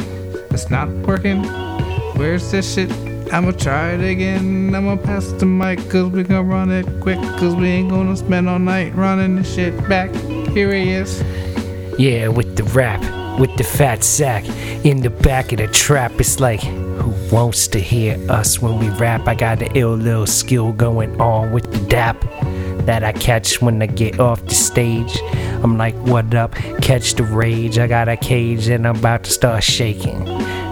it's not working. Where's this shit? I'ma try it again. I'ma pass the mic cause we gonna run it quick. Cause we ain't gonna spend all night running this shit back. Here he is. Yeah, with the rap, with the fat sack in the back of the trap. It's like, who wants to hear us when we rap? I got the ill little skill going on with the dap that I catch when I get off the stage. I'm like, what up? Catch the rage. I got a cage and I'm about to start shaking.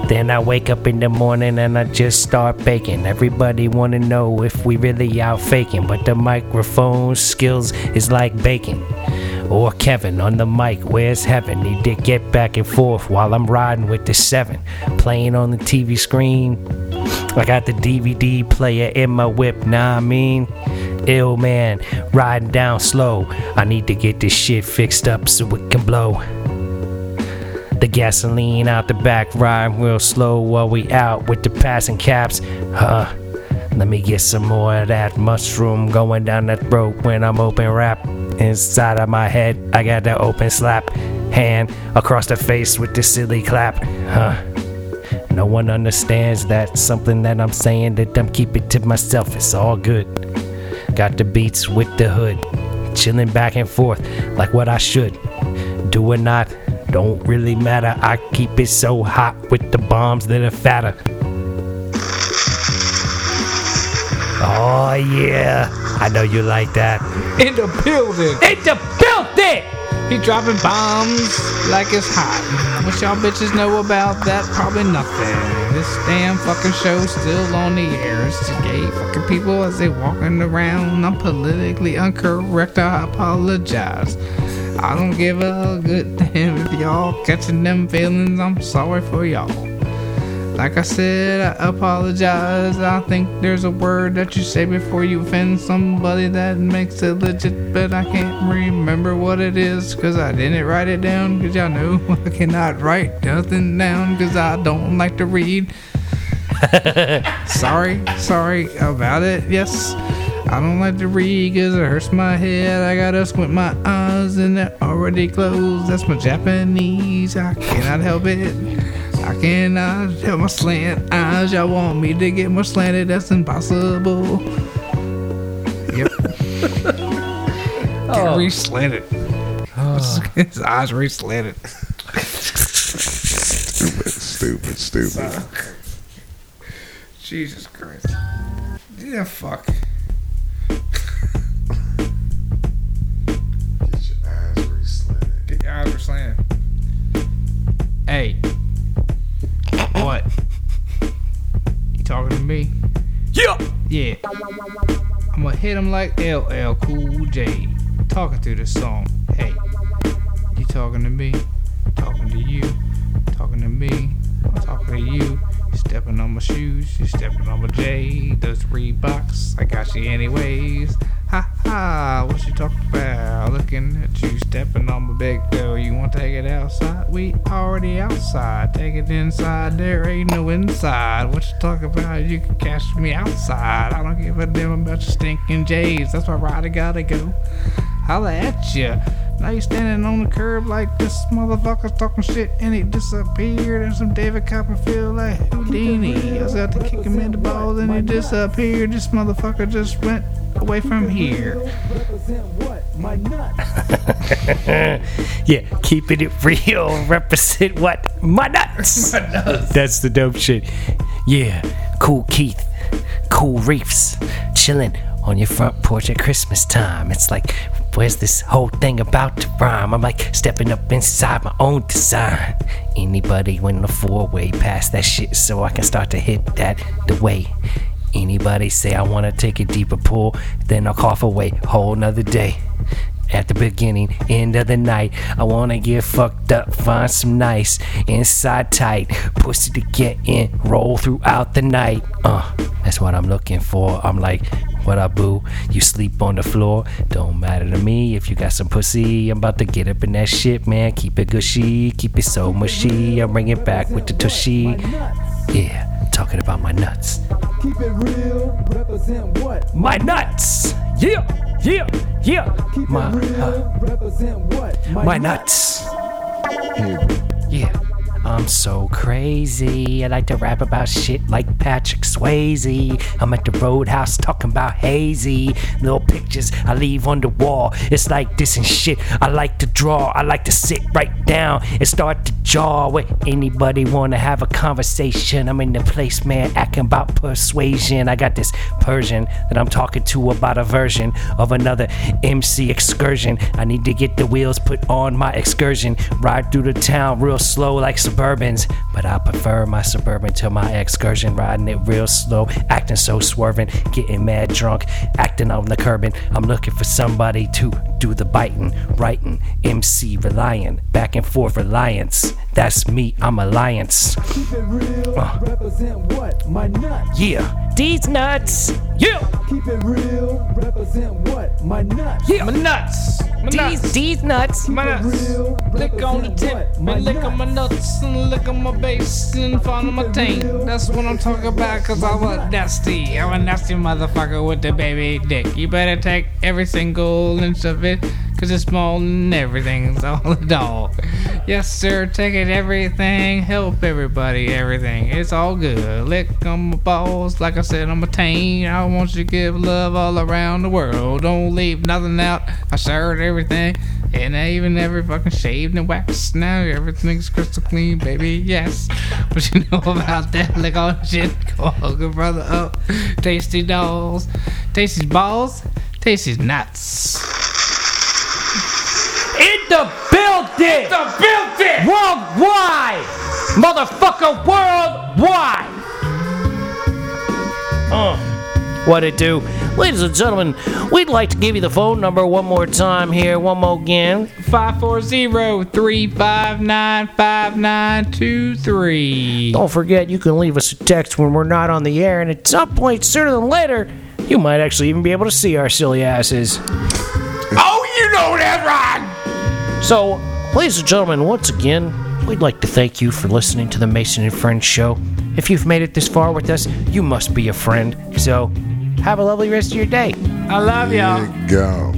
Then I wake up in the morning and I just start baking. Everybody wanna know if we really out faking, but the microphone skills is like bacon or Kevin on the mic. Where's heaven? He did get back and forth while I'm riding with the seven, playing on the TV screen. I got the DVD player in my whip, nah, I mean, ill man, riding down slow. I need to get this shit fixed up so it can blow. The gasoline out the back, ride real slow while we out with the passing caps. Huh. Let me get some more of that mushroom going down that throat when I'm open rap. Inside of my head, I got that open slap. Hand across the face with this silly clap. Huh. No one understands that something that I'm saying that I'm keeping to myself. It's all good. Got the beats with the hood. Chilling back and forth like what I should. Do or not, don't really matter. I keep it so hot with the bombs that are fatter. Oh yeah, I know you like that. In the building. It's a filthy. He dropping bombs like it's hot. What y'all bitches know about that? Probably nothing. This damn fucking show's still on the air. It's just gay fucking people as they walking around. I'm politically incorrect. I apologize. I don't give a good damn if y'all catching them feelings. I'm sorry for y'all. Like I said, I apologize. I think there's a word that you say before you offend somebody that makes it legit, but I can't remember what it is because I didn't write it down. Because y'all know I cannot write nothing down because I don't like to read. sorry, sorry about it. Yes, I don't like to read because it hurts my head. I gotta squint my eyes and they're already closed. That's my Japanese. I cannot help it. I cannot help my slant eyes. Y'all want me to get more slanted? That's impossible. Yep. oh. Re slanted. His eyes re slanted. Stupid, stupid, stupid. Jesus Christ. Yeah, fuck. Get your eyes re-slanted. Get your eyes were slanted. Hey. What? You talking to me? Yeah. Yeah. I'm gonna hit him like LL Cool J. Talking through this song. Hey. You talking to me? Talking to you. Talking to me. I'm talking to you. You stepping on my shoes. You stepping on my J. Those Reeboks. I got you anyways. Ha ha. What you talking about? Looking at you stepping on my big toe. You want to take it outside? We already outside. Take it inside. There ain't no inside. What you talking about? You can catch me outside. I don't give a damn about your stinking J's. That's why Ryder gotta go. Holla at ya. Now you standing on the curb like this motherfucker's talking shit and he disappeared. And some David Copperfield like Houdini. I was out to kick him in the balls and he disappeared. This motherfucker just went away from here. Yeah, keeping it real. Represent what? My nuts. That's the dope shit. Yeah, cool Keith, cool Reefs, chilling on your front porch at Christmas time. It's like, where's this whole thing about to rhyme? I'm like stepping up inside my own design. Anybody win the four way past that shit so I can start to hit that the way. Anybody say I wanna take a deeper pull, then I'll cough away whole nother day. at the beginning, end of the night. I wanna get fucked up, find some nice, inside tight, pussy to get in, roll throughout the night. Uh, that's what I'm looking for. I'm like, what up, boo? You sleep on the floor, don't matter to me. If you got some pussy, I'm about to get up in that shit, man. Keep it gushy, keep it so mushy. I'm bringing back with the tushy. Yeah, talking about my nuts. Keep it real, represent what? My nuts! Yeah, yeah, yeah. Keep My, it real, uh, represent what? my nuts. Yeah. I'm so crazy. I like to rap about shit like Patrick Swayze. I'm at the roadhouse talking about hazy. Little pictures I leave on the wall. It's like this and shit. I like to draw. I like to sit right down and start to jaw with anybody wanna have a conversation. I'm in the place, man, acting about persuasion. I got this Persian that I'm talking to about a version of another MC excursion. I need to get the wheels put on my excursion. Ride through the town real slow like Suburbans. But I prefer my Suburban to my excursion. Riding it real slow, acting so swerving, getting mad drunk, acting on the curbing. I'm looking for somebody to do the biting, writing, MC relying, back and forth reliance. That's me, I'm Alliance. Uh. Keep it real, represent what? My nuts. Yeah, these nuts. Yeah, Keep it real, represent what? My nuts. yeah, nuts. My these, these nuts. My Keep it real, Lick on the represent tip, what? and lick on my nuts. nuts, and lick on my base, and follow my taint. That's what I'm talking about, cause I'm a nasty. I'm a nasty motherfucker with the baby dick. You better take every single inch of it, cause it's small and everything's all a doll. Yes, sir, take it everything, help everybody, everything. It's all good. Lick on my balls, like I said, on my taint. I want you to give love all around the world. Don't leave nothing out. I shared everything. And I even never fucking shaved and waxed. Now everything's crystal clean, baby. Yes. What you know about that? Like all shit. Call good brother up. Tasty dolls. Tasty's balls. Tasty's nuts. In the building. The building! Worldwide! Motherfucker, worldwide! Uh, what it do? Ladies and gentlemen, we'd like to give you the phone number one more time here, one more again. 540-359-5923. Don't forget, you can leave us a text when we're not on the air, and at some point, sooner than later, you might actually even be able to see our silly asses. Oh, you know that right! So, ladies and gentlemen, once again, we'd like to thank you for listening to the Mason and Friends show. If you've made it this far with us, you must be a friend. So, have a lovely rest of your day. I love y'all. Go.